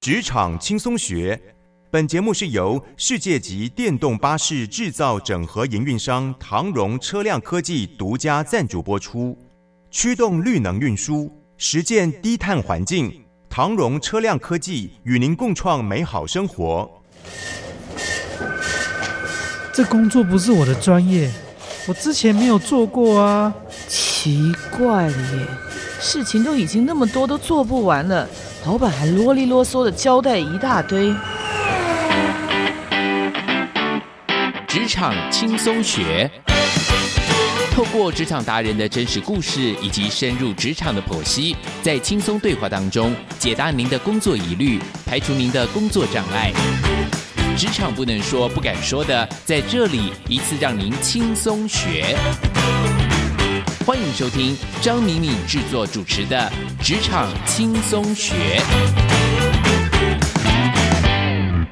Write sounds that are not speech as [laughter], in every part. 职场轻松学。本节目是由世界级电动巴士制造整合营运商唐荣车辆科技独家赞助播出，驱动绿能运输，实践低碳环境。唐荣车辆科技与您共创美好生活。这工作不是我的专业，我之前没有做过啊。奇怪了耶，事情都已经那么多，都做不完了，老板还啰里啰嗦的交代一大堆。职场轻松学，透过职场达人的真实故事以及深入职场的剖析，在轻松对话当中解答您的工作疑虑，排除您的工作障碍。职场不能说、不敢说的，在这里一次让您轻松学。欢迎收听张敏敏制作主持的《职场轻松学》。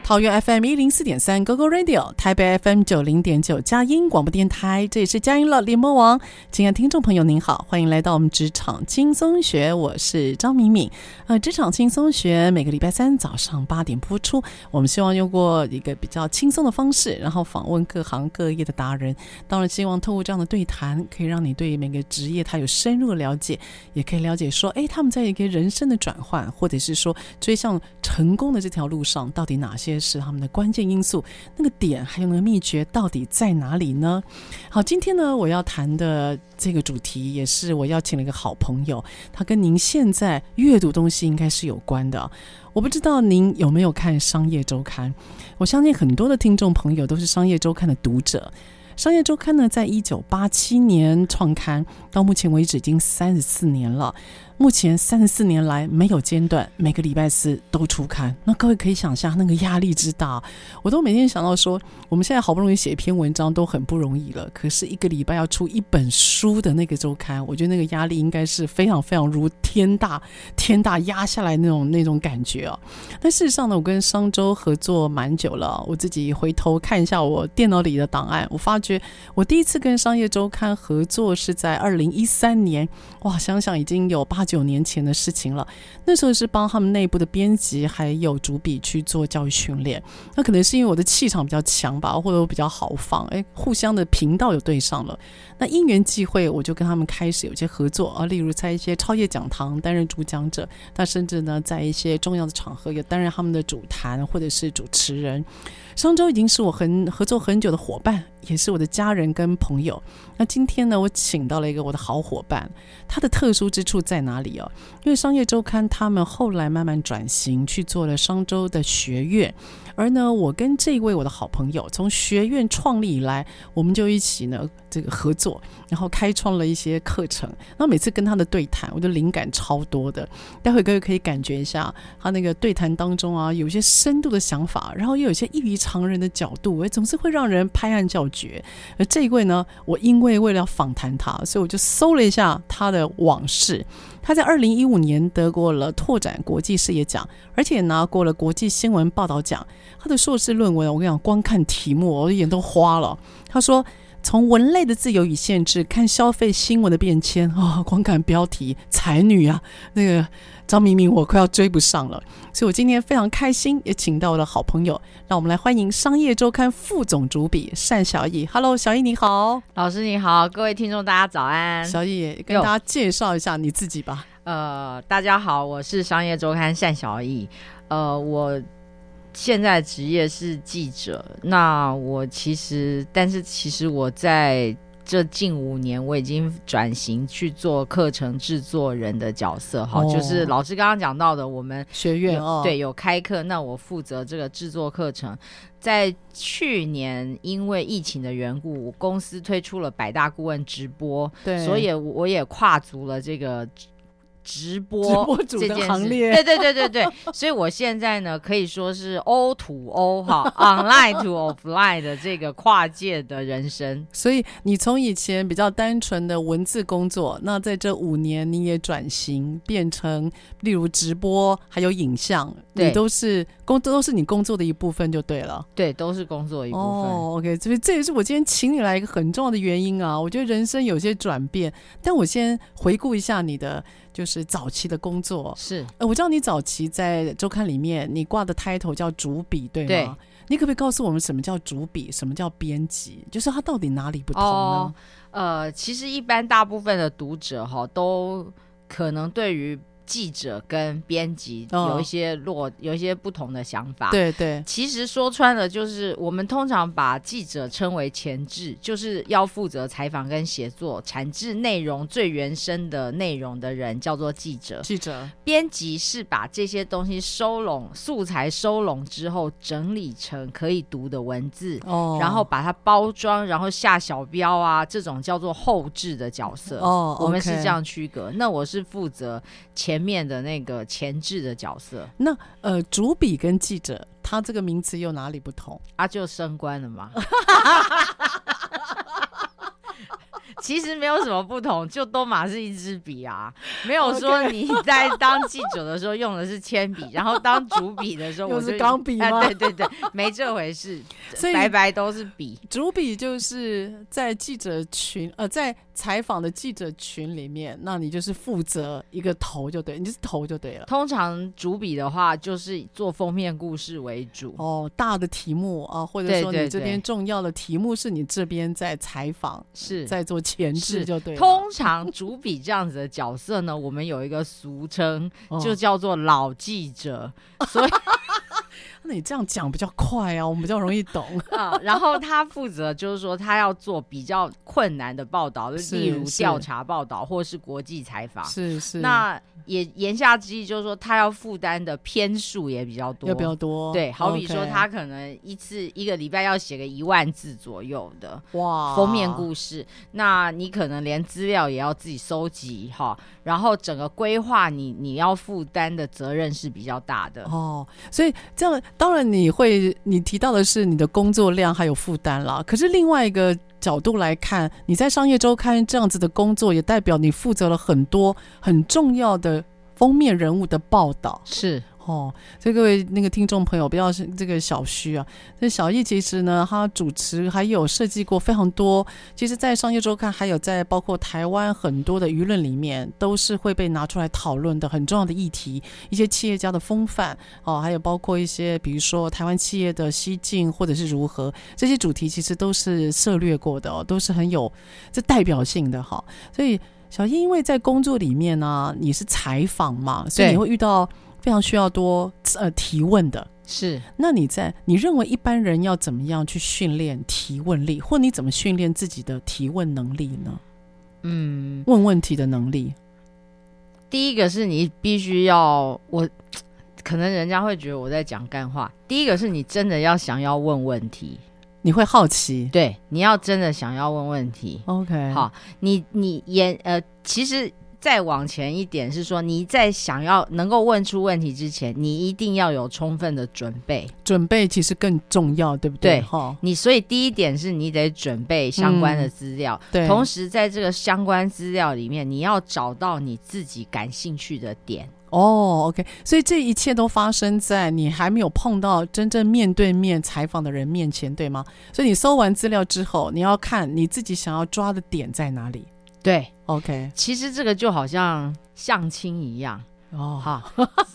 桃园 FM 一零四点三 GoGo Radio，台北 FM 九零点九佳音广播电台，这里是佳音乐联播网。亲爱的听众朋友，您好，欢迎来到我们职场轻松学，我是张敏敏。呃，职场轻松学每个礼拜三早上八点播出，我们希望用过一个比较轻松的方式，然后访问各行各业的达人。当然，希望透过这样的对谈，可以让你对每个职业它有深入的了解，也可以了解说，哎，他们在一个人生的转换，或者是说追向成功的这条路上，到底哪些是他们的关键因素？那个点还有那个秘诀到底在哪里呢？好，今天呢，我要谈的这个主题也是我邀请了一个好朋友，他跟您现在阅读东西应该是有关的。我不知道您有没有看《商业周刊》，我相信很多的听众朋友都是《商业周刊》的读者。《商业周刊》呢，在一九八七年创刊，到目前为止已经三十四年了。目前三十四年来没有间断，每个礼拜四都出刊。那各位可以想象那个压力之大，我都每天想到说，我们现在好不容易写一篇文章都很不容易了，可是一个礼拜要出一本书的那个周刊，我觉得那个压力应该是非常非常如天大天大压下来那种那种感觉哦。但事实上呢，我跟商周合作蛮久了，我自己回头看一下我电脑里的档案，我发觉我第一次跟商业周刊合作是在二零一三年，哇，想想已经有八九年前的事情了。那时候是帮他们内部的编辑还有主笔去做教育训练，那可能是因为我的气场比较强吧，或者我比较豪放，哎，互相的频道有对上了。那因缘际会，我就跟他们开始有些合作啊，例如在一些超越讲堂担任主讲者，那甚至呢，在一些重要的场合也担任他们的主谈或者是主持人。商周已经是我很合作很久的伙伴，也是我的家人跟朋友。那今天呢，我请到了一个我的好伙伴，他的特殊之处在哪里哦？因为商业周刊他们后来慢慢转型去做了商周的学院，而呢，我跟这一位我的好朋友从学院创立以来，我们就一起呢这个合作，然后开创了一些课程。那每次跟他的对谈，我的灵感超多的。待会各位可以感觉一下他那个对谈当中啊，有一些深度的想法，然后又有一些异于常人的角度，哎，总是会让人拍案叫绝。而这一位呢，我因为为了要访谈他，所以我就搜了一下他的往事。他在二零一五年得过了拓展国际视野奖，而且也拿过了国际新闻报道奖。他的硕士论文，我跟你讲，光看题目我眼都花了。他说。从文类的自由与限制看消费新闻的变迁 [laughs] 啊、哦，光看标题“才女”啊，那个张明明我快要追不上了，所以我今天非常开心，也请到我的好朋友，让我们来欢迎《商业周刊》副总主笔单小易。Hello，小易你好，老师你好，各位听众大家早安。小易跟大家介绍一下你自己吧。呃，大家好，我是商业周刊单小易。呃，我现在职业是记者。那我其实，但是其实我在这近五年，我已经转型去做课程制作人的角色。哈、哦就是老师刚刚讲到的，我们学有院哦，对，有开课，那我负责这个制作课程。在去年，因为疫情的缘故，我公司推出了百大顾问直播，对，所以我我也跨足了这个直直播直播主这的件行事列对对对对对，所以我现在呢可以说是 O to O 哈，online to offline 的这个跨界的人生。所以你从以前比较单纯的文字工作，那在这五年你也转型变成，例如直播还有影像，对你都是工都是你工作的一部分就对了。对，都是工作一部分。哦，OK，所以这也是我今天请你来一个很重要的原因啊。我觉得人生有些转变，但我先回顾一下你的就是早期的工作。是呃，我知道你早期在周刊里面，你挂的 title 叫主笔，对吗？对你可不可以告诉我们什么叫主笔，什么叫编辑？就是它到底哪里不同呢？哦呃，其实一般大部分的读者哈，都可能对于记者跟编辑哦有一些落、有一些不同的想法。，对对，其实说穿了，就是我们通常把记者称为前置，就是要负责采访跟写作、产制内容最原生的内容的人叫做记者。记者编辑是把这些东西收拢素材收拢之后，整理成可以读的文字。哦，然后把它包装，然后下小标啊，这种叫做后置的角色。哦我们是 OK 这样区隔。那我是负责前面的那个前置的角色，呃，主笔跟记者，它这个名词又哪里不同？啊，就升官了嘛。 [laughs] 其实没有什么不同，就都马是一支笔啊，没哦有说你在当记者的时候用的是铅笔，然后当主笔的时 [laughs] 候又我是就钢笔哎吗对对对，没这回事，所以白白都是笔。主笔就是在记者群，呃，在采访的记者群里面，那你就是负责一个头就对，你就是头就对了。通常主笔的话，就是做封面故事为主。哦，大的题目啊，或者对说对你这边对重要的题目是你这边在采访，是在做前置是就对了。通常主笔这样子的角色呢，我们有一个俗称， [laughs] 哦就叫做老记者。所以那你这样讲比较快啊，我们比较容易 [laughs] 懂。 [laughs] 啊，然后他负责就是说，他要做比较困难的报道，是例如是调查报道或是国际采访。是是，啊那也言下之意就是说，他要负担的篇数也比较多，要不要多？对，好比说 OK 他可能一次一个礼拜要写个一万字左右的，哇封面故事，那你可能连资料也要自己收集哈，然后整个规划你你要负担的责任是比较大的。哦，所以这样当然你会，你提到的是你的工作量还有负担啦。可是另外一个角度来看，你在商业周刊这样子的工作，也代表你负责了很多很重要的封面人物的报道。是哦，所以各位那个听众朋友，不要是这个小虚啊。这小易其实呢，他主持还有设计过非常多，其实，在商业周刊还有在包括台湾很多的舆论里面，都是会被拿出来讨论的很重要的议题，一些企业家的风范哦，还有包括一些比如说台湾企业的西进或者是如何，这些主题其实都是涉略过的哦，都是很有这代表性的哈、所以小易因为在工作里面呢、你是采访嘛，所以对你会遇到。非常需要多呃提问的。是，那你在你认为一般人要怎么样去训练提问力，或你怎么训练自己的提问能力呢？嗯，问问题的能力第一个是你必须要我，可能人家会觉得我在讲干话。第一个是你真的要想要问问题，你会好奇对，你要真的想要问问题。 ？OK，好，你你也呃，其实再往前一点是说，你在想要能够问出问题之前，你一定要有充分的准备。准备其实更重要，对不对？对哈，你所以第一点是你得准备相关的资料，对，同时在这个相关资料里面，你要找到你自己感兴趣的点。哦，OK，所以这一切都发生在你还没有碰到真正面对面采访的人面前，对吗？所以你搜完资料之后，你要看你自己想要抓的点在哪里。对， OK，其实这个就好像相亲一样。哦， [laughs] 哈，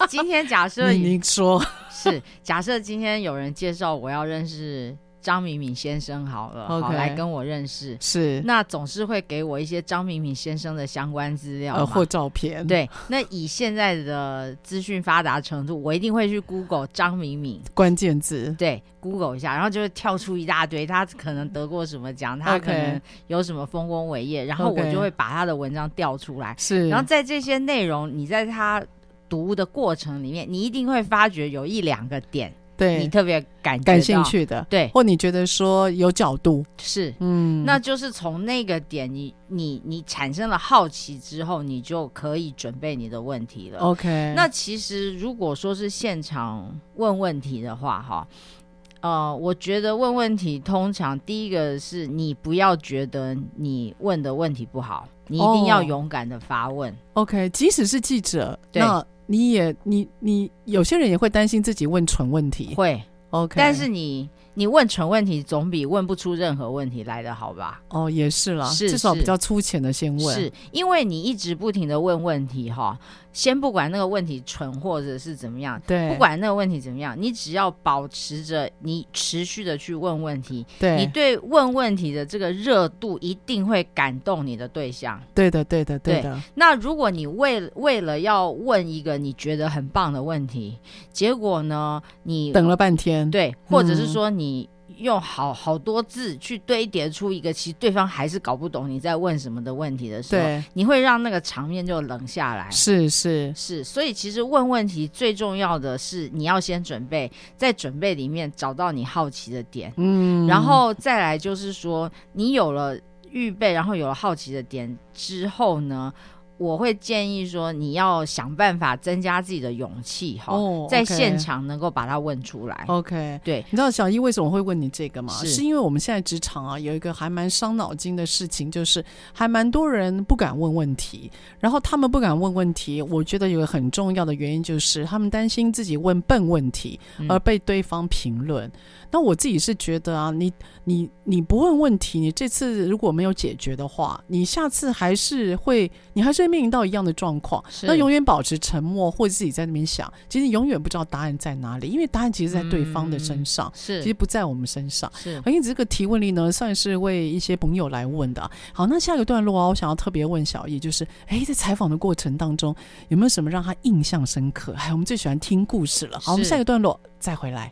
今天假设你你说，是假设今天有人介绍我要认识张敏敏先生，好了，好 OK 来跟我认识。是那总是会给我一些张敏敏先生的相关资料嘛、呃或照片，，对，那以现在的资讯发达程度，我一定会去 Google 张敏敏，关键字对，Google 一下，然后就会跳出一大堆，他可能得过什么奖，他 OK 可能有什么丰功伟业，然后我 OK 就会把他的文章调出来，是，然后在这些内容，你在他读的过程里面，你一定会发觉有一两个点，你对特别感觉感兴到，趣的，对，或你觉得说有角度，是嗯，那就是从那个点你，你你产生了好奇之后，你就可以准备你的问题了。 OK，呃那其实如果说是现场问问题的话，哈，呃，我觉得问问题通常第一个是你不要觉得你问的问题不好，你一定要哦勇敢的发问。 OK，即使是记者，对那你也你你有些人也会担心自己问蠢问题会 OK，但是你你问蠢问题，总比问不出任何问题来的好吧？哦也是啦，是至少是比较粗浅的先问。是因为你一直不停的问问题哈，先不管那个问题蠢或者是怎么样，对，不管那个问题怎么样，你只要保持着你持续的去问问题，对，你对问问题的这个热度一定会感动你的对象。对的，对的，对对的，那如果你为为了要问一个你觉得很棒的问题，结果呢，你等了半天，对，或者是嗯说你用好好多字去堆叠出一个其实对方还是搞不懂你在问什么的问题的时候，对，你会让那个场面就冷下来。是是，是，所以其实问问题最重要的是你要先准备，在准备里面找到你好奇的点，嗯，然后再来就是说你有了预备，然后有了好奇的点之后呢，我会建议说你要想办法增加自己的勇气哈，哦在 OK 哦现场能够把它问出来。 OK。对，你知道小一为什么会问你这个吗？是是因为我们现在职场啊有一个还蛮伤脑筋的事情，就是还蛮多人不敢问问题。然后他们不敢问问题，我觉得有个很重要的原因就是他们担心自己问笨问题嗯而被对方评论。那我自己是觉得啊，你你你不问问题，你这次如果没有解决的话，你下次还是会你还是会面临到一样的状况。是那永远保持沉默，或者自己在那边想，其实你永远不知道答案在哪里，因为答案其实在对方的身上，是其实不在我们身上。是而且这个提问力呢，算是为一些朋友来问的啊。好，那下一个段落啊，我想要特别问小易，就是哎，在采访的过程当中，有没有什么让他印象深刻？哎，我们最喜欢听故事了。好，我们是下一个段落再回来。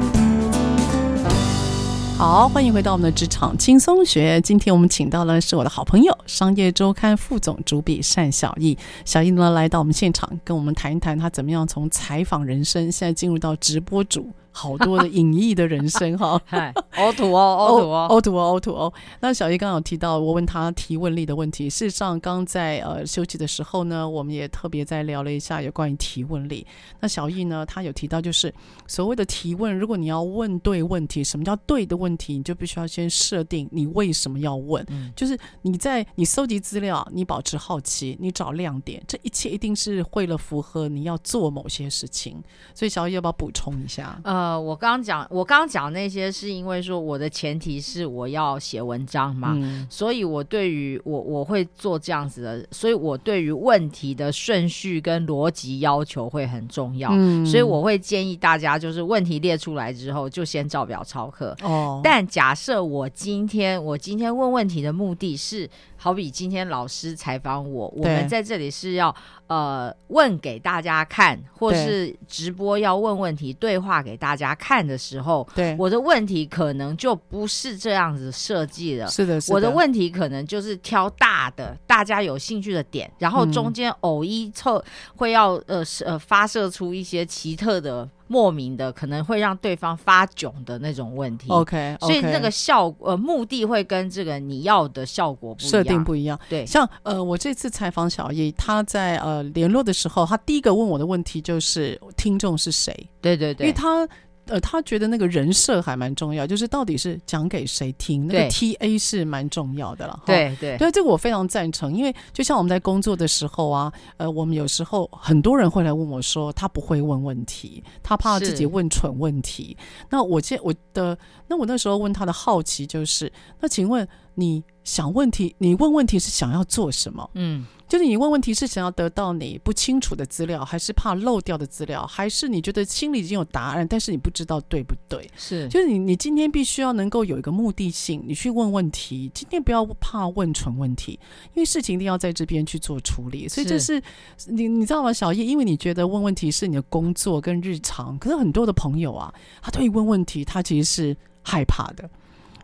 好，欢迎回到我们的职场轻松学。今天我们请到了是我的好朋友，商业周刊副总主笔单小易。小易呢来到我们现场，跟我们谈一谈他怎么样从采访人生，现在进入到直播主，好 [laughs] 多的隐逸的人生哈。嗨 [laughs] 凹凸哦，凹凸哦， O to O to O。那小易刚刚有提到，我问他提问力的问题。事实上，刚在呃休息的时候呢，我们也特别在聊了一下有关于提问力。那小易呢，他有提到就是所谓的提问，如果你要问对问题，什么叫对的问题，你就必须要先设定你为什么要问。嗯就是你在你搜集资料，你保持好奇，你找亮点，这一切一定是为了符合你要做某些事情。所以小易要不要补充一下？呃，我刚讲，我刚讲那些是因为说我的前提是我要写文章嘛，嗯，所以我对于我我会做这样子的，所以我对于问题的顺序跟逻辑要求会很重要，嗯所以我会建议大家就是问题列出来之后就先照表抄课。哦，但假设我今天我今天问问题的目的是，好比今天老师采访我，我对们在这里是要呃问给大家看，或对是直播要问问题对话给大家看的时候，对，我的问题可能就不是这样子设计了。是的，是我的问题可能就是挑大的，大家有兴趣的点，然后嗯中间偶一凑会要呃是呃发射出一些奇特的、莫名的，可能会让对方发窘的那种问题。 OK，所以那个效果呃目的会跟这个你要的效果不一样。设定不一样。对像呃，我这次采访小叶，他在呃联络的时候，他第一个问我的问题就是听众是谁，对对因为对，他。呃，他觉得那个人设还蛮重要，就是到底是讲给谁听，那个对 TA 是蛮重要的了。哈对对哦对，这个我非常赞成，因为就像我们在工作的时候啊，呃，我们有时候很多人会来问我说，他不会问问题，他怕自己是问蠢问题。那我现我的，那我那时候问他的好奇就是，那请问你想问题，你问问题是想要做什么？嗯，就是你问问题是想要得到你不清楚的资料，还是怕漏掉的资料，还是你觉得心里已经有答案，但是你不知道对不对？是就是你，你今天必须要能够有一个目的性，你去问问题。今天不要怕问蠢问题，因为事情一定要在这边去做处理。所以这是你，你知道吗，小叶？因为你觉得问问题是你的工作跟日常，可是很多的朋友啊，他对于问问题，他其实是害怕的，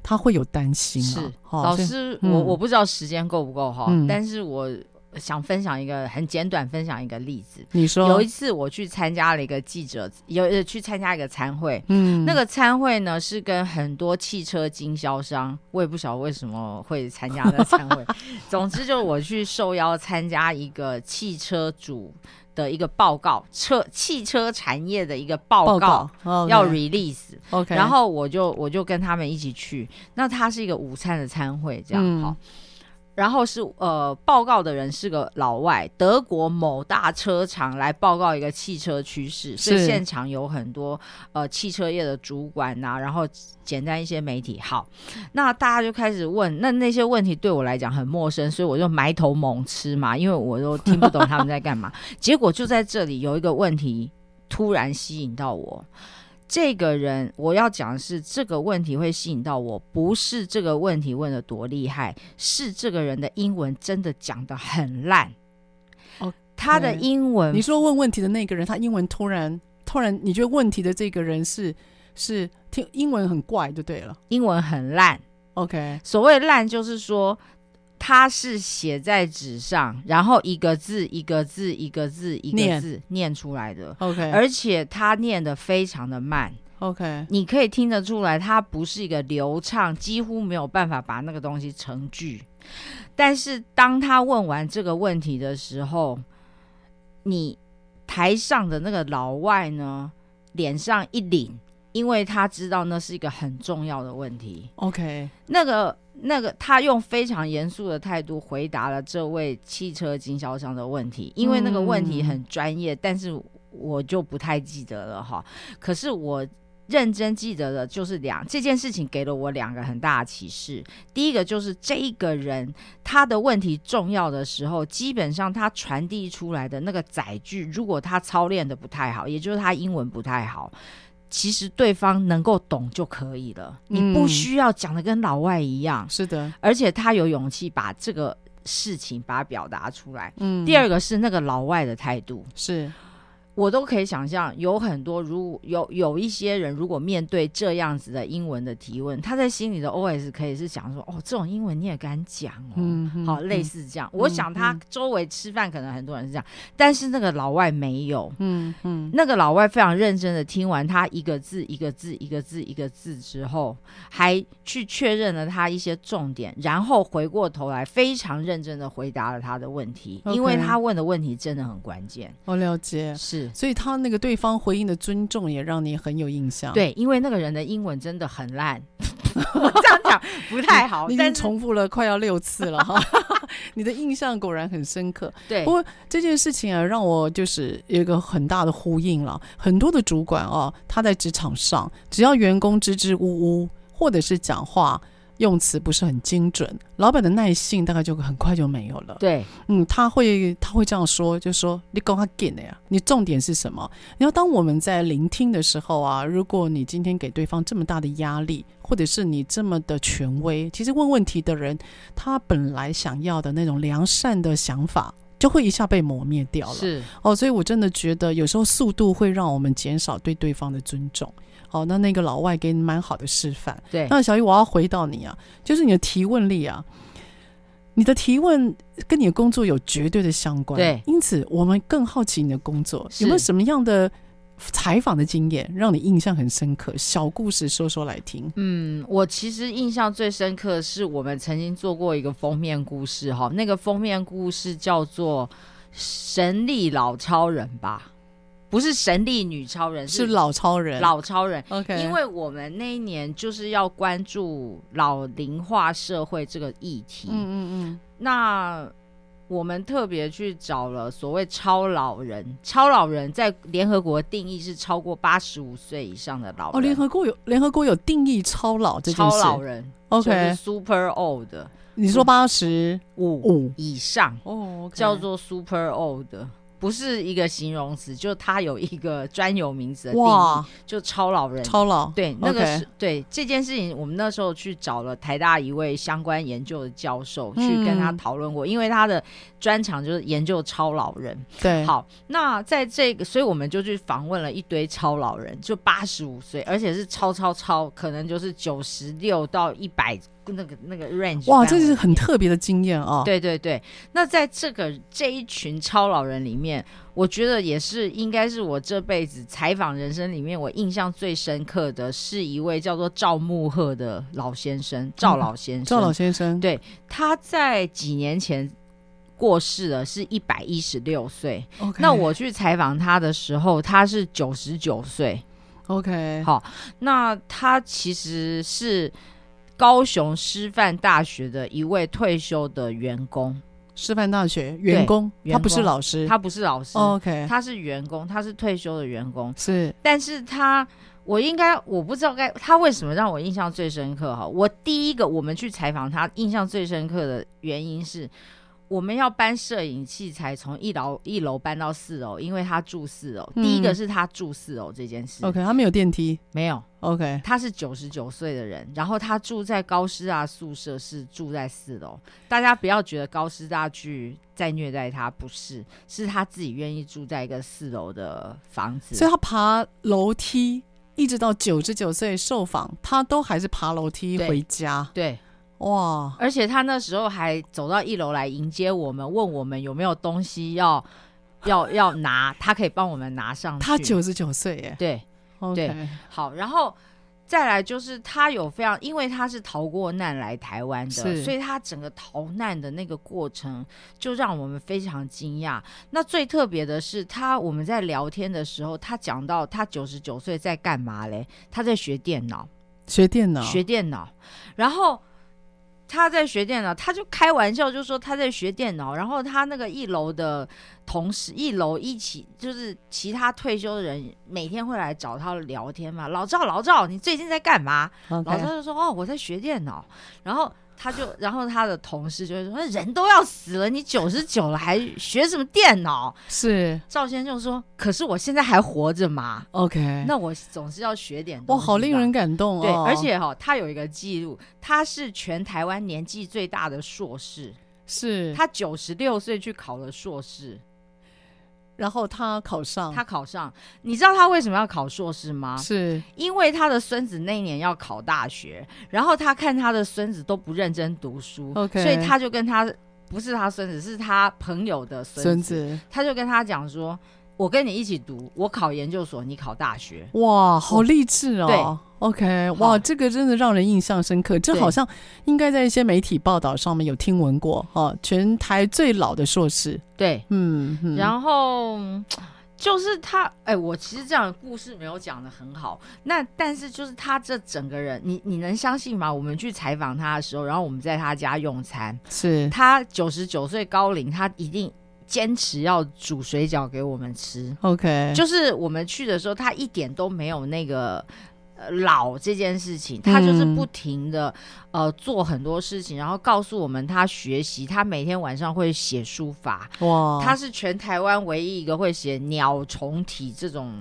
他会有担心啊。是。哦老所以师，嗯我我不知道时间够不够哈嗯，但是我想分享一个很简短分享一个例子。你说有一次我去参加了一个记者，有呃去参加一个参会，嗯那个参会呢是跟很多汽车经销商，我也不晓得为什么会参加的参 [laughs] 会。总之就是我去受邀参加一个汽车主的一个报告，车汽车产业的一个报告报告哦要 OK， release， OK，然后我就我就跟他们一起去。那它是一个午餐的餐会，这样嗯好。然后是呃，报告的人是个老外，德国某大车厂来报告一个汽车趋势，所以是现场有很多呃汽车业的主管呐、然后简单一些媒体。好，那大家就开始问，那那些问题对我来讲很陌生，所以我就埋头猛吃嘛，因为我都听不懂他们在干嘛。结果就在这里有一个问题突然吸引到我，这个人，我要讲的是这个问题会吸引到我，不是这个问题问的多厉害，是这个人的英文真的讲的很烂。 OK 他的英文你说问问题的那个人，他英文突然突然，你觉得问题的这个人是是听英文很怪就对了英文很烂， ，OK，所谓烂就是说。他是写在纸上，然后一个字一个字一个字一个念字念出来的， OK，而且他念的非常的慢， OK，你可以听得出来，它不是一个流畅，几乎没有办法把那个东西成句。但是当他问完这个问题的时候，你台上的那个老外呢，脸上一凛，因为他知道那是一个很重要的问题。 OK，那个那个，他用非常严肃的态度回答了这位汽车经销商的问题，因为那个问题很专业，但是我就不太记得了哈。可是我认真记得的就是两这件事情给了我两个很大的启示。第一个就是这一个人他的问题重要的时候，基本上他传递出来的那个载具，如果他操练的不太好，也就是他英文不太好。其实对方能够懂就可以了，你不嗯需要讲的跟老外一样，是的，而且他有勇气把这个事情把它表达出来。嗯，第二个是那个老外的态度，是我都可以想象，有很多如有有一些人，如果面对这样子的英文的提问，他在心里的 OS 可以是想说：“哦，这种英文你也敢讲哦。嗯嗯好，嗯类似这样。我想他周围吃饭可能很多人是这样，但是那个老外没有，嗯嗯那个老外非常认真的听完他一个字一个字一个字一个字之后，还去确认了他一些重点，然后回过头来非常认真的回答了他的问题 OK 因为他问的问题真的很关键。我了解，是所以他那个对方回应的尊重也让你很有印象。，对，因为那个人的英文真的很 [laughs] 烂，我这样讲不太好你，已但经是重复了快要六次了哈， [laughs] 你的印象果然很深刻。对不过这件事情啊，让我就是有一个很大的呼应了。很多的主管哦、他在职场上，只要员工支支吾吾，或者是讲话用词不是很精准，老板的耐性大概就很快就没有了。对嗯，他会他会这样说，就说你讲他 get 的呀，你重点是什么？然后当我们在聆听的时候啊，如果你今天给对方这么大的压力，或者是你这么的权威，其实问问题的人，他本来想要的那种良善的想法，就会一下被磨灭掉了。是哦，所以我真的觉得有时候速度会让我们减少对对方的尊重。哦，那那个老外给你蛮好的示范。对那小姨，我要回到你啊，就是你的提问力啊，你的提问跟你的工作有绝对的相关。对因此我们更好奇你的工作是有没有什么样的采访的经验让你印象很深刻？小故事说说来听。嗯，我其实印象最深刻的是我们曾经做过一个封面故事哈，那个封面故事叫做《神力老超人》吧，不是神力女超人，是是老超人老超人。 OK，因为我们那一年就是要关注老龄化社会这个议题，嗯嗯那我们特别去找了所谓超老人，超老人在联合国定义是超过八十五岁以上的老嗯，哦，人。联合国有联合国有定义超老这件超事。老人 OK，、就是 super old 的你说八十五五以上哦，OK 叫做 super old 的。不是一个形容词，就它有一个专有名词的定义，哇就超老人。超老对，那个 OK 是对这件事情，我们那时候去找了台大一位相关研究的教授、去跟他嗯讨论过，因为他的专长就是研究超老人。对好，那在这个，所以我们就去访问了一堆超老人，就八十五岁，而且是超超超，可能就是九十六到一百那个那个 range 哇，范围这是很里面特别的经验哦。，对对对，那在这个这一群超老人里面，我觉得也是应该是我这辈子采访人生里面我印象最深刻的是一位叫做赵木鹤的老先生，赵老先嗯生。赵老先生，对他在几年前过世了，是一百一十六岁。 OK，那我去采访他的时候，他是九十九岁。 OK，好那他其实是高雄师范大学的一位退休的员工，师范大学员工，员他不是工老师，他不是老师。哦 OK，他是员工，他是退休的员工，是但是他我应该我不知道该他为什么让我印象最深刻哈。我第一个我们去采访他，印象最深刻的原因是。我们要搬摄影器材从一楼一楼搬到四楼，因为他住四楼。嗯第一个是他住四楼这件事 OK，他没有电梯没有， ，OK，他是九十九岁的人，然后他住在高师大宿舍，是住在四楼。大家不要觉得高师大去在虐待他，不是，是他自己愿意住在一个四楼的房子。所以他爬楼梯一直到九十九岁受访，他都还是爬楼梯对回家，对，哇，而且他那时候还走到一楼来迎接我们，问我们有没有东西要要要拿，他可以帮我们拿上去。他九十九岁耶对， ，OK，好，然后再来就是他有非常，因为他是逃过难来台湾的，是所以他整个逃难的那个过程就让我们非常惊讶。那最特别的是他，我们在聊天的时候，他讲到他九十九岁在干嘛嘞？他在学电脑。学电脑，学电脑，然后他在学电脑，他就开玩笑就说他在学电脑，然后他那个一楼的同事，一楼一起就是其他退休的人每天会来找他聊天嘛，老赵老赵，你最近在干嘛？ OK，老赵就说哦我在学电脑，然后。他就， [laughs] 然后他的同事就会说：“人都要死了，你九十九了还学什么电脑是？”赵先生就说：“可是我现在还活着嘛， OK，那我总是要学点东哇，西吧。”好令人感动哦，对，而且哈、他有一个记录，他是全台湾年纪最大的硕士，是他，他九十六岁去考了硕士，然后他考上，他考上。你知道他为什么要考硕士吗？嗯是因为他的孙子那一年要考大学，然后他看他的孙子都不认真读书 OK 所以他就跟他不是他孙子，是他朋友的孙孙子，他就跟他讲说：“我跟你一起读，我考研究所，你考大学。”哇，好励志哦。OK，嗯好哇，这个真的让人印象深刻。这对好像应该在一些媒体报道上面有听闻过哦，全台最老的硕士，对，嗯，嗯然后嗯就是他，哎、我其实这样的故事没有讲的很好。那但是就是他这整个人，你你能相信吗？我们去采访他的时候，然后我们在他家用餐，是他九十九岁高龄，他一定坚持要煮水饺给我们吃。 OK，就是我们去的时候，他一点都没有那个。呃老这件事情，他就是嗯不停的、呃做很多事情，然后告诉我们他学习，他每天晚上会写书法，哇，他是全台湾唯一一个会写鸟虫体这种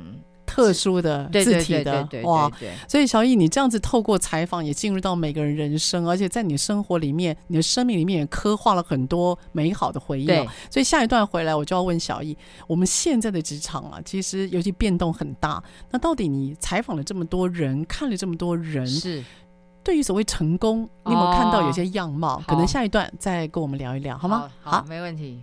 特殊的对呃字对体对对的对哇对，对，所以小易，你这样子透过采访也进入到每个人人生，而且在你生活里面、你的生命里面也刻画了很多美好的回忆、哦对。所以下一段回来，我就要问小易，我们现在的职场啊，其实尤其变动很大，那到底你采访了这么多人，看了这么多人，是对于所谓成功，你有没有看到有些样貌？哦可能下一段再跟我们聊一聊，好吗？好，没问题。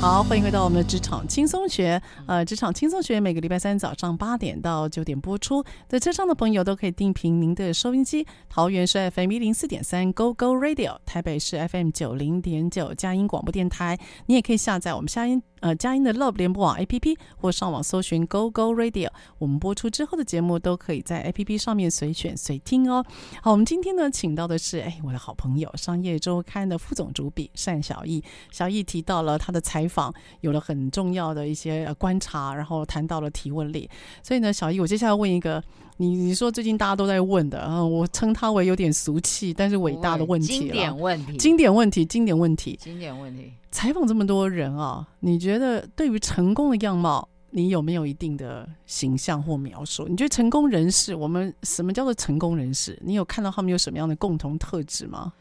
好，欢迎回到我们的职场轻松学。呃，职场轻松学每个礼拜三早上八点到九点播出，在车上的朋友都可以定频您的收音机，桃园是 FM 一零四点三 Go Go Radio，台北是 FM 九零点九佳音广播电台。你也可以下载我们佳音呃佳音的 Love 联播网 APP，或上网搜寻 Go Go Radio。我们播出之后的节目都可以在 APP 上面随选随听哦。好，我们今天呢，请到的是哎我的好朋友《商业周刊》的副总主笔单小易。小易提到了他的采访有了很重要的一些呃观察，然后谈到了提问力。所以呢，小易，我接下来问一个你你说最近大家都在问的啊、我称它为有点俗气，但是伟大的问题哦经了典。问题，经典问题，经典问题。经典问题。采访这么多人啊，你觉得对于成功的样貌，你有没有一定的形象或描述？你觉得成功人士，我们什么叫做成功人士？你有看到他们有什么样的共同特质吗？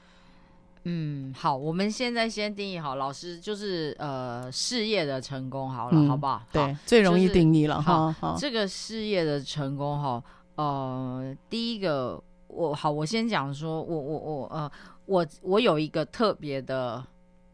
嗯，好，我们现在先定义好，老师就是呃事业的成功好了，嗯好不好？好对，，最容易就是定义了好哈。哈这个事业的成功哈，呃，第一个我好，我先讲说，我我我呃，我我有一个特别的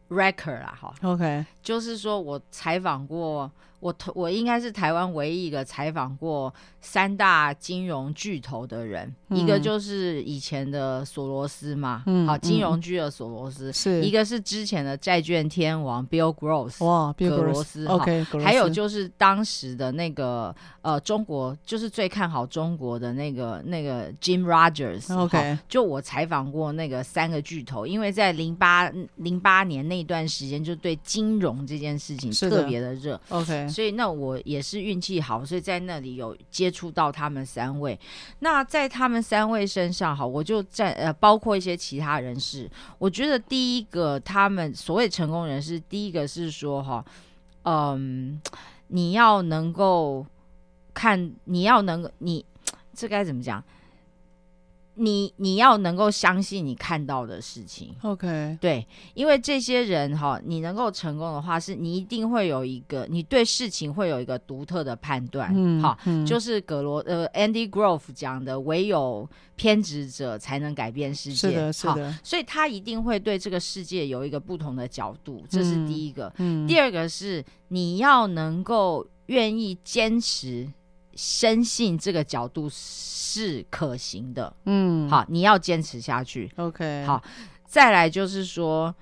record 啦，哈， OK，就是说我采访过，我头我应该是台湾唯一一个采访过三大金融巨头的人，嗯一个就是以前的索罗斯嘛，嗯好，嗯金融巨的索罗斯，是一个是之前的债券天王 Bill Gross，哇，比格罗斯哈 OK，格罗斯还有就是当时的那个呃，中国就是最看好中国的那个那个 Jim Rogers 哈。 OK 就我采访过那个三个巨头，因为在零八零八年那段时间，就对金融这件事情是的特别的热， OK，所以那我也是运气好，所以在那里有接触到他们三位。那在他们三位身上，哈，我就在呃，包括一些其他人士，我觉得第一个他们所谓成功人士，第一个是说哈，嗯，你要能够看，你要能够你这该怎么讲？你你要能够相信你看到的事情， OK 对，因为这些人哈，你能够成功的话，是你一定会有一个，你对事情会有一个独特的判断，嗯好，嗯就是葛罗呃 Andy Grove 讲的，唯有偏执者才能改变世界，是的，是好，的，所以他一定会对这个世界有一个不同的角度，这是第一个。嗯，第二个是你要能够愿意坚持，深信这个角度是可行的，嗯好，你要坚持下去， OK 好再来就是说，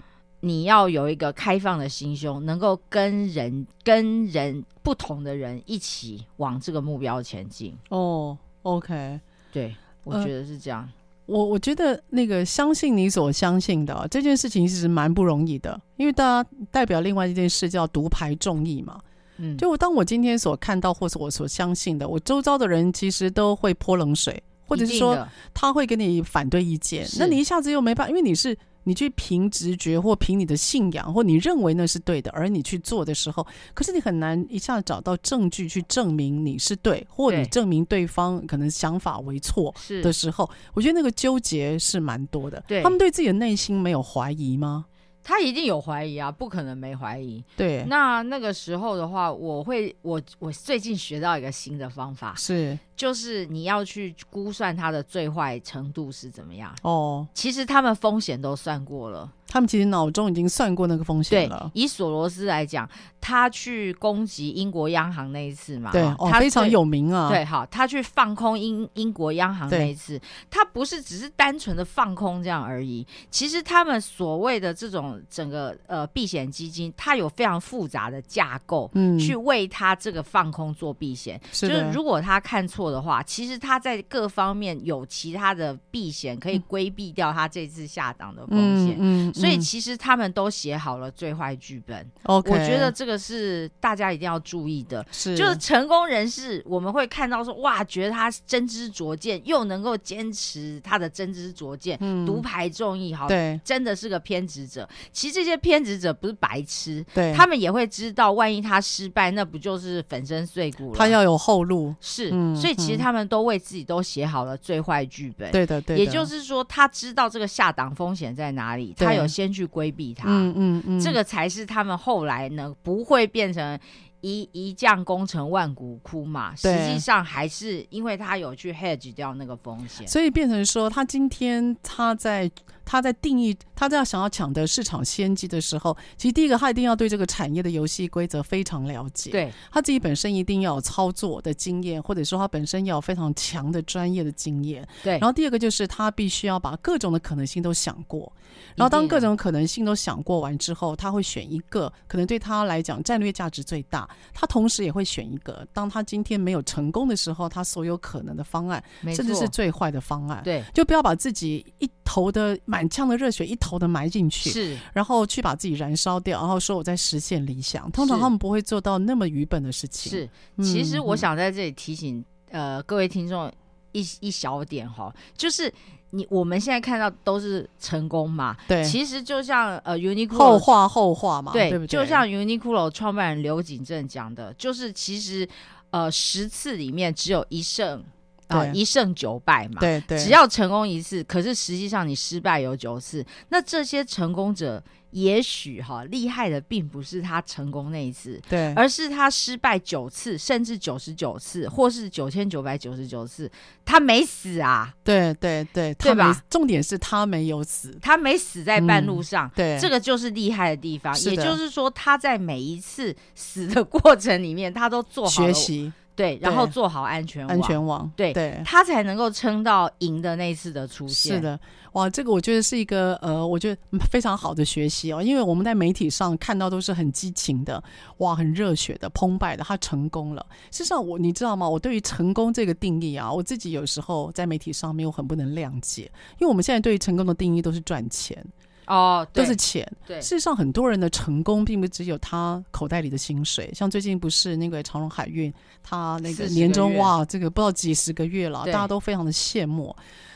你要有一个开放的心胸，能够跟人跟人不同的人一起往这个目标前进。哦 OK，对，我呃觉得是这样。我我觉得那个相信你所相信的啊这件事情其实蛮不容易的，因为大家代表另外一件事叫独排众议嘛。嗯，就我当我今天所看到或是我所相信的，我周遭的人其实都会泼冷水，或者是一定说的他会跟你反对意见，是那你一下子又没办法，因为你是你去凭直觉或凭你的信仰或你认为那是对的，而你去做的时候，可是你很难一下找到证据去证明你是对，或对你证明对方可能想法为错是的时候，我觉得那个纠结是蛮多的。对他们对自己的内心没有怀疑吗？他一定有怀疑啊，不可能没怀疑。对，那那个时候的话，我会我我最近学到一个新的方法，是就是你要去估算它的最坏程度是怎么样。哦，其实他们风险都算过了，他们其实脑中已经算过那个风险对了，。以索罗斯来讲，他去攻击英国央行那一次嘛，对，哈哦，啊他非常对有名啊。对，好，他去放空英英国央行那对一次，他不是只是单纯的放空这样而已。其实他们所谓的这种整个呃避险基金，它有非常复杂的架构。嗯，去为他这个放空做避险，是就的是如果他看错的话，其实他在各方面有其他的避险可以规避掉他这次下档的风险，嗯嗯，嗯所以嗯其实他们都写好了最坏剧本。 OK，我觉得这个是大家一定要注意的。是就是成功人士，我们会看到说，哇，觉得他真知灼见，又能够坚持他的真知灼见，嗯独排众议，好，对真的是个偏执者。其实这些偏执者不是白痴，对，他们也会知道，万一他失败，那不就是粉身碎骨了？他要有后路，是，嗯所以其实嗯他们都为自己都写好了最坏剧本。对的，对的，也就是说，他知道这个下档风险在哪里，他对有先去规避它。嗯嗯嗯，这个才是他们后来呢不会变成一一将功成万骨枯嘛。实对际上还是因为他有去 hedge 掉那个风险。所以变成说，他今天他在他在定义他在想要抢得市场先机的时候，其实第一个他一定要对这个产业的游戏规则非常了解，，对，他自己本身一定要有操作的经验，或者说他本身要有非常强的专业的经验，对然后第二个就是他必须要把各种的可能性都想过，然后当一定各啊种可能性都想过完之后，他会选一个可能对他来讲战略价值最大，他同时也会选一个，当他今天没有成功的时候，他所有可能的方案，没甚至是错，最坏的方案，对，就不要把自己一头的满腔的热血一头的埋进去。是然后去把自己燃烧掉，然后说我在实现理想。通常是他们不会做到那么愚笨的事情。是。嗯，其实我想在这里提醒呃各位听众。一一小点哈，就是你我们现在看到都是成功嘛，嗯对其实就像呃后 Uniqlo 话后话嘛，对不对？就像 Uniqlo 创办人刘景正讲的，就是其实呃十次里面只有一胜啊、对一胜九败嘛，对对，只要成功一次，可是实际上你失败有九次。那这些成功者，也许哈厉害的并不是他成功那一次，对，而是他失败九次，甚至九十九次，或是九千九百九十九次，他没死啊，对对对，他对吧没？重点是他没有死，他没死在半路上。嗯对，这个就是厉害的地方，是也的就是说，他在每一次死的过程里面，他都做好学了习对，然后对做好安全网，安全网，对对。他才能够撑到赢的那一次的出现。是，的，哇，这个我觉得是一个呃，我觉得嗯非常好的学习哦，因为我们在媒体上看到都是很激情的，哇，很热血的、澎湃的，他成功了。事实上我，你知道吗？我对于成功这个定义啊，我自己有时候在媒体上面我很不能谅解，因为我们现在对于成功的定义都是赚钱，哦，都对是钱，对事实上，很多人的成功并不只有他口袋里的薪水，像最近不是那个长荣海运，他那个40年个终月哇，这个不知道几十个月了，大对家都非常的羡慕。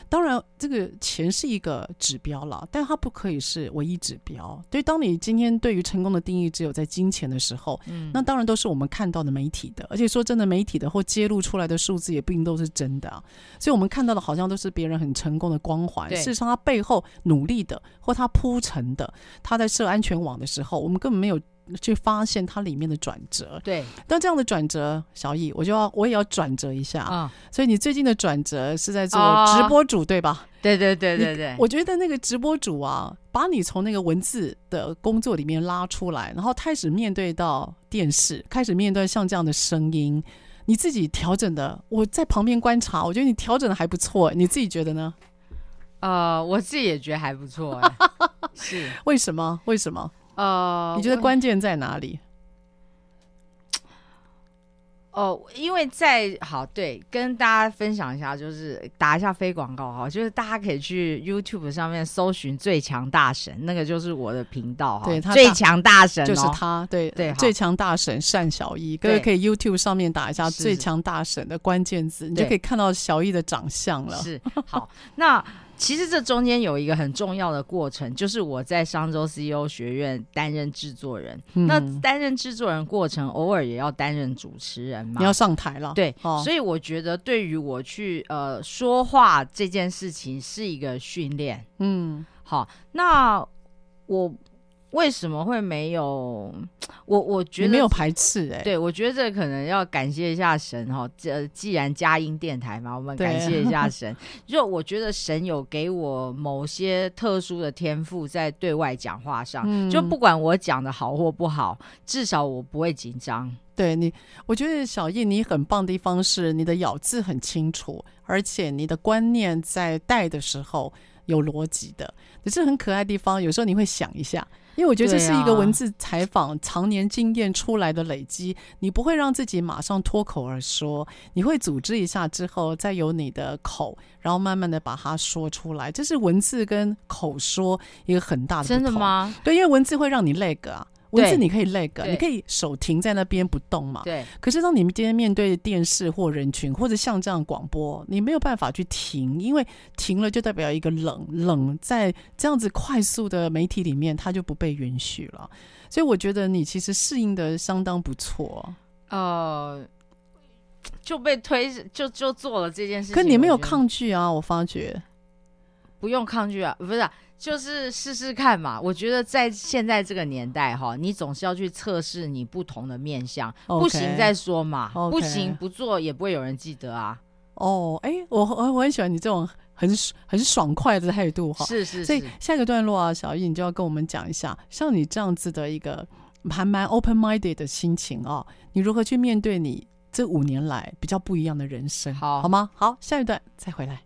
当然，这个钱是一个指标了，但它不可以是唯一指标。对，当你今天对于成功的定义只有在金钱的时候，嗯那当然都是我们看到的媒体的，而且说真的，媒体的或揭露出来的数字也不一定都是真的、啊，所以我们看到的好像都是别人很成功的光环，对事实上他背后努力的或他铺陈的，他在设安全网的时候，我们根本没有去发现它里面的转折。对但这样的转折，小易，我就要我也要转折一下。啊、所以你最近的转折是在做哦直播主、对吧？对对对你对对，我觉得那个直播主啊，把你从那个文字的工作里面拉出来，然后开始面对到电视，开始面对像这样的声音，你自己调整的，我在旁边观察，我觉得你调整的还不错，你自己觉得呢？呃，我自己也觉得还不错、 [laughs] 哎是为什么？为什么？呃，你觉得我关键在哪里？哦，因为在好对，跟大家分享一下，就是打一下非广告哈，就是大家可以去 YouTube 上面搜寻“最强大神”，那个就是我的频道哈，对他最大强大神、哦、就是他，对对好最强大神单小一，各位对可以 YouTube 上面打一下“是最强大神”的关键字，你就对可以看到小一的长相了。是好，那其实这中间有一个很重要的过程，就是我在商州 CEO 学院担任制作人。嗯那担任制作人过程，偶尔也要担任主持人嘛。你要上台了，对，哦所以我觉得对于我去呃说话这件事情是一个训练。嗯，好，那我为什么会没有？我我觉你得没有排斥哎、对，我觉得这可能要感谢一下神哈。这既然佳音电台嘛，我们对感谢一 [laughs] 下神。就我觉得神有给我某些特殊的天赋，在对外讲话上，嗯就不管我讲的好或不好，至少我不会紧张。对你，我觉得小叶你很棒的地方是你的咬字很清楚，而且你的观念在带的时候有逻辑的，只是很可爱的地方。有时候你会想一下，因为我觉得这对是一个啊文字采访、常年经验出来的累积，你不会让自己马上脱口而说，你会组织一下之后，再由你的口，然后慢慢的把它说出来。这是文字跟口说一个很大的不真的同？吗？对，因为文字会让你 lag 啊，文字对你可以 lag，你对可以手停在那边不动嘛。对，可是当你们今天面对电视或人群，或者像这样广播，你没有办法去停，因为停了就代表一个冷冷，在这样子快速的媒体里面，它就不被允许了。所以我觉得你其实适应的相当不错，嗯呃，就被推，就就做了这件事情。可你没有我觉得抗拒啊，我发觉。不用抗拒啊，不是啊、就是试试看嘛。我觉得在现在这个年代哈，你总是要去测试你不同的面相 OK 不行再说嘛 OK 不行不做也不会有人记得啊。哦，哎，我我我很喜欢你这种很很爽快的态度哈。是是所以是，下一个段落啊，小易你就要跟我们讲一下，像你这样子的一个还蛮 open minded 的心情哦，你如何去面对你这五年来比较不一样的人生，好好吗？好，下一段再回来。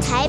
台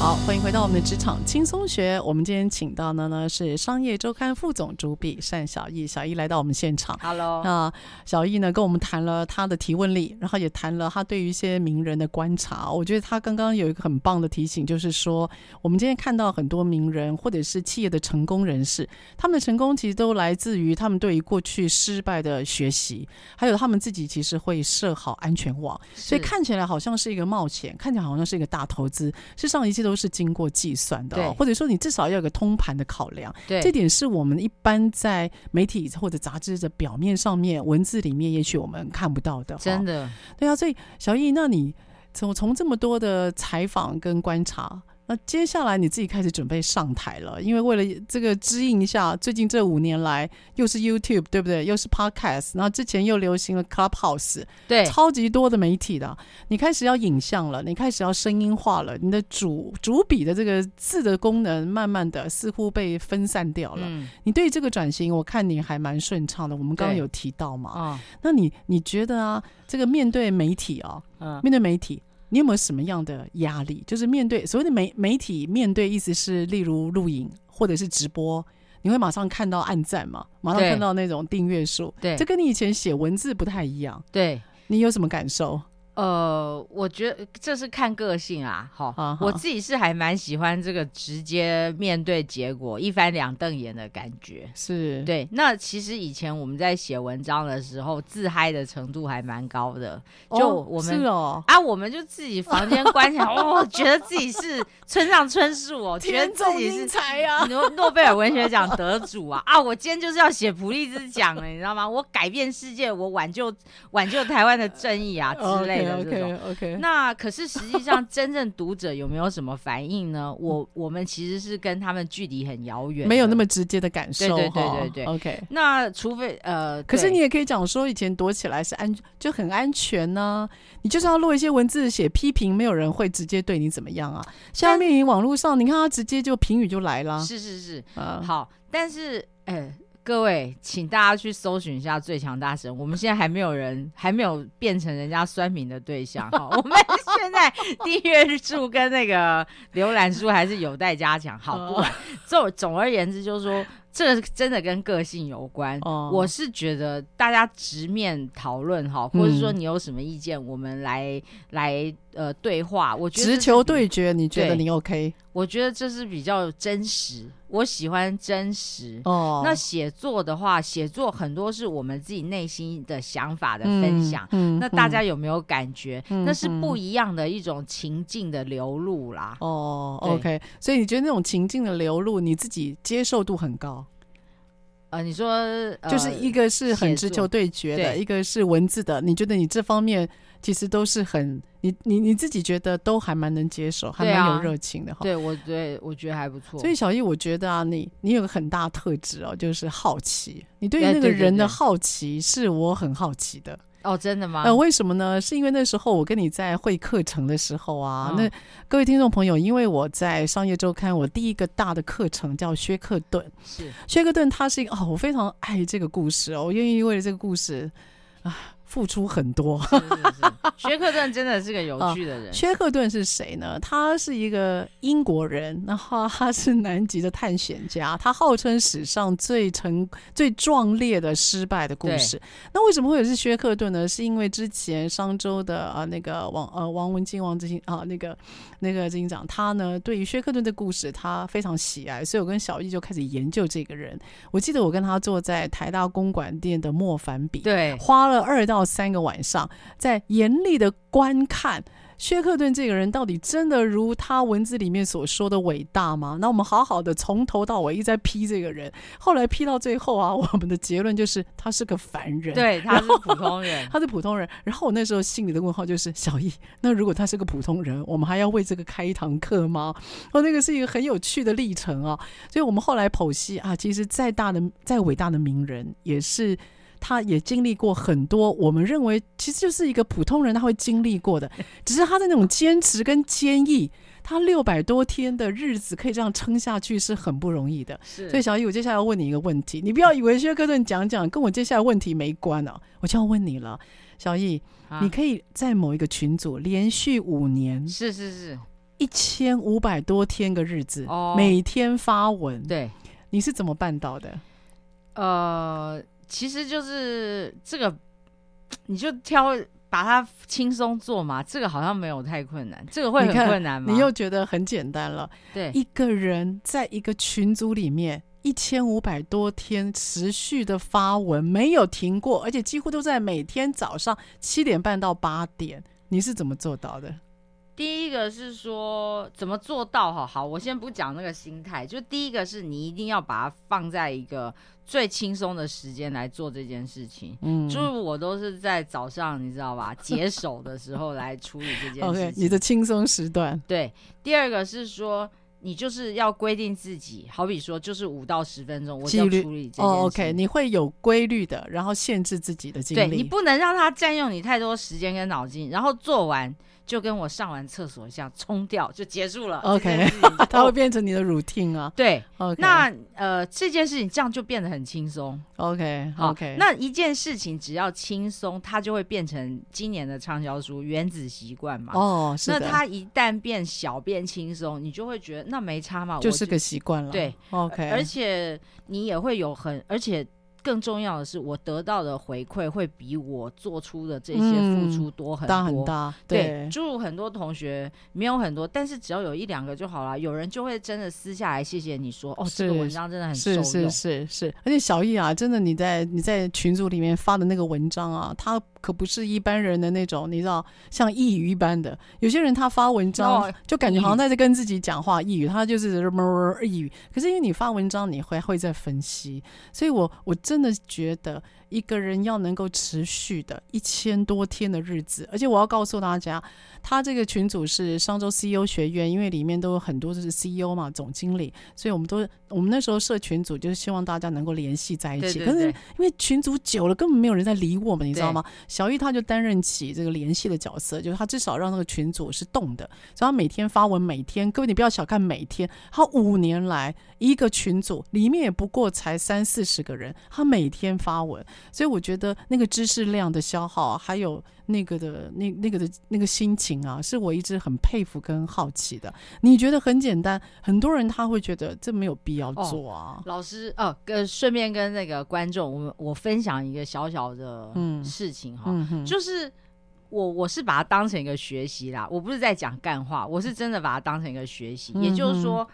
好，欢迎回到我们的职场轻松学。我们今天请到的呢是商业周刊副总主笔单小易，小易来到我们现场。 Hello，那小易呢，跟我们谈了他的提问力，然后也谈了他对于一些名人的观察。我觉得他刚刚有一个很棒的提醒，就是说，我们今天看到很多名人或者是企业的成功人士，他们的成功其实都来自于他们对于过去失败的学习，还有他们自己其实会设好安全网。 [laughs] 所以是看起来好像是一个冒险，看起来好像是一个大投资，事实上一切都是经过计算的、哦对，或者说你至少要有个通盘的考量。对这点是我们一般在媒体或者杂志的表面上面、文字里面，也许我们看不到的、真的，的对啊。所以小易，那你从从这么多的采访跟观察，那接下来你自己开始准备上台了，因为为了这个支应一下，最近这五年来又是 YouTube，对不对？又是 Podcast，然后之前又流行了 Clubhouse，对超级多的媒体的，你开始要影像了，你开始要声音化了，你的主主笔的这个字的功能，慢慢的似乎被分散掉了。嗯你对这个转型，我看你还蛮顺畅的。我们刚刚对有提到嘛，哦那你你觉得啊，这个面对媒体啊，嗯面对媒体，你有没有什么样的压力？就是面对所谓的媒媒体，面对意思是例如录影或者是直播，你会马上看到暗赞嘛，马上对看到那种订阅数，对这跟你以前写文字不太一样。对。你有什么感受？呃，我觉得这是看个性啊，好，啊哈我自己是还蛮喜欢这个直接面对结果、一翻两瞪眼的感觉。是，对，那其实以前我们在写文章的时候，自嗨的程度还蛮高的，哦，就我们是哦，啊，我们就自己房间 [laughs] 关起来，哦，觉得自己是村上春树哦，觉得天自纵己是英才啊，诺诺贝尔文学奖得主啊！啊，我今天就是要写普利兹奖了，你知道吗？我改变世界，我挽救挽救台湾的正义啊之类 [laughs] 的这种。 OK OK，那可是实际上，真正读者有没有什么反应呢？我我们其实是跟他们距离很遥远，没有那么。直接的感受，对对对哈对对 OK。那除非呃，可是对你也可以讲说，以前躲起来是安，就很安全呢、你就是要落一些文字写批评，没有人会直接对你怎么样啊。下面你网络上，你看他直接就评语就来啦。是是是啊，好，但是呃，各位，请大家去搜寻一下“最强大神”，我们现在还没有人， [laughs] 还没有变成人家酸民的 [laughs] 对象哈。我们现在订阅数跟那个浏览数还是有待加强。好，不管嗯 [laughs] 总总而言之，就是说。这真的跟个性有关，哦我是觉得大家直面讨论哈，或者说嗯你有什么意见，我们来来呃对话。我觉得直这球是比对决，你觉得对你 OK 我觉得这是比较真实，我喜欢真实。哦？那写作的话，写作很多是我们自己内心的想法的分享。嗯那大家有没有感觉？嗯那是嗯不一样的一种情境的流露啦。哦对，OK，所以你觉得那种情境的流露，你自己接受度很高？呃，你说、呃就是一个是很写直球作对决的，对一个是文字的。你觉得你这方面其实都是很你你你自己觉得都还蛮能接受，还对蛮有啊热情的哈。对我对我觉得还不错。所以小易，我觉得啊，你你有个很大特质哦，就是好奇。你对于哎那个对对人的对好奇是我很好奇的。哦，真的吗？呃，为什么呢？是因为那时候我跟你在会课程的时候啊，嗯那各位听众朋友，因为我在商业周刊，我第一个大的课程叫薛克顿。是薛克顿他是一个哦，我非常爱这个故事哦，我愿意为了这个故事啊付出很多。是是是，学克顿真的是个有哦趣的人。薛克顿是谁呢？他是一个英国人，然后他是南极的探险家，他号称史上最成最壮烈的失败的故事。那为什么会有是薛克顿呢？是因为之前商周的啊、呃那个王呃王文静王执行啊、那个那个执行长，他呢对于薛克顿的故事他非常喜爱，所以我跟小易就开始研究这个人。我记得我跟他坐在台大公馆店的莫凡比，对花了二到三个晚上，在严厉的观看薛克顿这个人到底真的如他文字里面所说的伟大吗？那我们好好的从头到尾一直在批这个人，后来批到最后啊，我们的结论就是他是个凡人。。对，他是普通人。他是普通人， [laughs] 然后我那时候心里的问号就是小易， [laughs] 那如果他是个普通人，我们还要为这个开一堂课吗？ [laughs] 哦，那个是一个很有趣的历程啊。所以我们后来剖析啊，其实再大的、再伟大的名人，也是他也经历过很多我们认为其实就是一个普通人他会经历过的，只是他的那种坚持跟坚毅。他六百多天的日子可以这样撑下去是很不容易的。是所以小姨，我接下来要问你一个问题，你不要以为薛克顿讲讲跟我接下来问题没关哦，我就要问你了，小易，啊你可以在某一个群组连续五年是是是，一千五百多天个日子，哦每天发文，，对，你是怎么办到的？呃，其实就是这个，你就挑把它轻松做嘛，这个好像没有太困难，这个会你很看困难吗？你又觉得很简单了，对一个人在一个群组里面。一千五百多天持续的发文，没有停过，而且几乎都在每天早上七点半到八点。你是怎么做到的？第一个是说怎么做到哈？好，我先不讲那个心态，就第一个是你一定要把它放在一个最轻松的时间来做这件事情。嗯就是我都是在早上，你知道吧，解手的时候来处理这件事 OK，情。你的轻松时段，对，第二个是说，你就是要规定自己，好比说，就是五到十分钟，我就纪要律处理这件事。哦，OK，你会有规律的，然后限制自己的精力。对你不能让它占用你太多时间跟脑筋，然后做完就跟我上完厕所一样，冲掉就结束了。 OK 这 [laughs] 件事情就啊它会变成你的 routine 啊。对。 OK，那呃，这件事情这样就变得很轻松。 OK 好 OK，那一件事情只要轻松，它就会变成今年的畅销书《原子习惯》嘛。哦，是那的它一旦变小变轻松，你就会觉得那没差嘛，就我是个习惯了。对，OK，而且你也会有很，而且更重要的是，我得到的回馈会比我做出的这些嗯付出多很多。大很大，对，就有很多同学没有很多，但是只要有一两个就好了。有人就会真的私下来谢谢你说，哦，这个是文章真的很受是是用。是是，而且小易啊，真的你在你在群组里面发的那个文章啊，他可不是一般人的那种，你知道像抑郁一般的。有些人他发文章哦就感觉好抑像郁在跟自己讲话，抑郁，他就是什么抑郁。可是因为你发文章，你会会在分析，所以我我真的觉得一个人要能够持续的一千多天的日子，而且我要告诉大家，他这个群组是商周 CEO 学院，因为里面都有很多就是 CEO 嘛，总经理，所以我们都我们那时候社群组就是希望大家能够联系在一起。对对可是对因为群组久了，根本没有人在理我们，你知道对吗？小玉她就担任起这个联系的角色，就是她至少让那个群组是动的，所以她每天发文，每天各位你不要小看每天，她五年来一个群组里面也不过才三四十个人，她每天发文，所以我觉得那个知识量的消耗，还有那个的那那个的那个心情啊，是我一直很佩服跟好奇的。你觉得很简单，很多人他会觉得这没有必要做啊。老师，哦，跟顺便跟那个观众，我们我分享一个小小的嗯事情哈，嗯哼，就是我我是把它当成一个学习啦，我不是在讲干话，我是真的把它当成一个学习。嗯哼也就是说，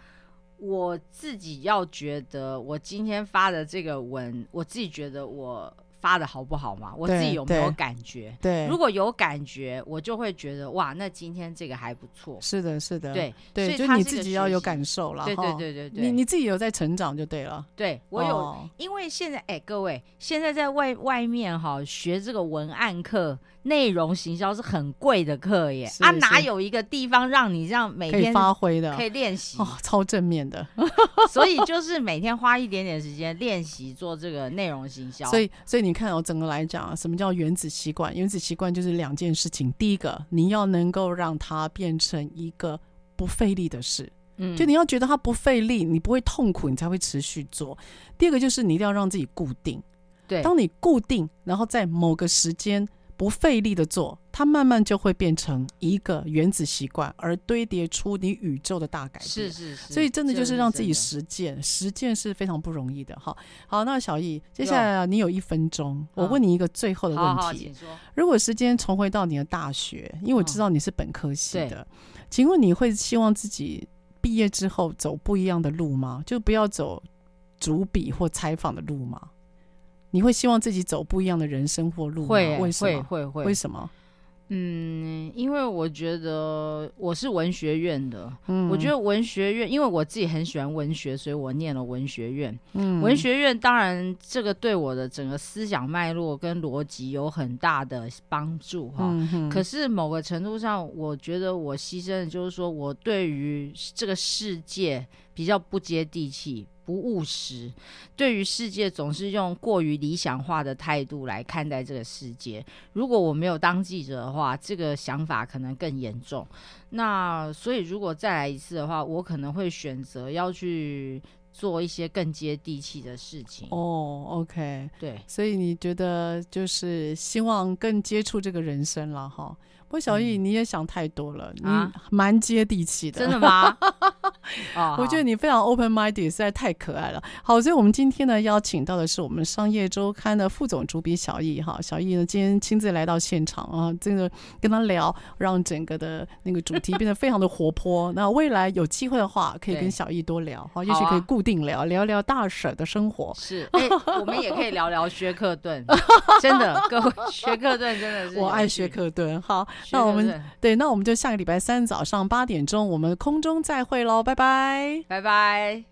我自己要觉得我今天发的这个文，我自己觉得我发的好不好嘛？我自己有没有对感觉？对，如果有感觉，我就会觉得哇，那今天这个还不错。是的，是的，对对，所以就它你是一自个己学要有习感受了，对对哈对对对，你你自己有在成长就对了。对我有哦因为现在哎、各位现在在外外面哈学这个文案课、内容行销是很贵的课耶，是啊哪是有一个地方让你这样每可以天发挥的可以练习？哦，超正面的。 [laughs] 所以就是每天花一点点时间练习做这个内容行销。所以，所以你看哦，整个来讲啊，什么叫原子习惯？原子习惯就是两件事情。第一个，你要能够让它变成一个不费力的事，嗯就你要觉得它不费力，你不会痛苦，你才会持续做。第二个就是你一定要让自己固定。对当你固定，然后在某个时间不费力的做，它慢慢就会变成一个原子习惯，而堆叠出你宇宙的大改变。是是是，所以真的就是让自己真的实践，实践是非常不容易的哈。好，那小易，接下来啊，你有一分钟，我嗯问你一个最后的好好，问题请。说。如果时间重回到你的大学，因为我知嗯道你是本科系对的，请问你会希望自己毕业之后走不一样的路吗？就不要走主笔或采访的路吗？你会希望自己走不一样的人生或路吗？会为耶什会么？会为会，什么？嗯，因为我觉得我是文学院的，嗯我觉得文学院，因为我自己很喜欢文学，所以我念了文学院。嗯文学院当然这个对我的整个思想脉络跟逻辑有很大的帮助哈。嗯哼可是某个程度上，我觉得我牺牲的就是说我对于这个世界比较不接地气、不务实，对于世界总是用过于理想化的态度来看待这个世界。如果我没有当记者的话，这个想法可能更严重。那所以如果再来一次的话，我可能会选择要去做一些更接地气的事情。哦，OK，对，所以你觉得就是希望更接触这个人生了哈？不过小易、你也想太多了，嗯啊你蛮接地气的，真 [laughs] 的吗？哦我觉得好你非常 open minded，实在太可爱了。好，所以我们今天呢邀请到的是我们商业周刊的副总主笔小易哈，小易呢今天亲自来到现场啊，真的跟他聊，让整个的那个主题变得非常的活泼。那未来有机会的话，可以对跟小易多聊哈，也许好啊可以固定聊，聊聊大婶的生活。是，哎、我们也可以聊聊薛克 [laughs] 顿，真的，各位，薛克顿真的是我有爱趣薛，克顿，好，薛那我克们顿对，那我们就下个礼拜三早上八点钟，我们空中再会喽，拜拜。拜拜。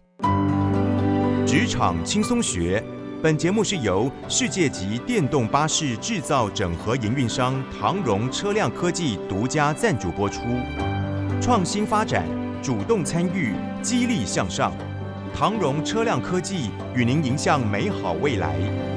职场轻松学。本节目是由世界级电动巴士制造整合营运商唐荣车辆科技独家赞助播出。创新发展，主动参与，激励向上。唐荣车辆科技与您迎向美好未来。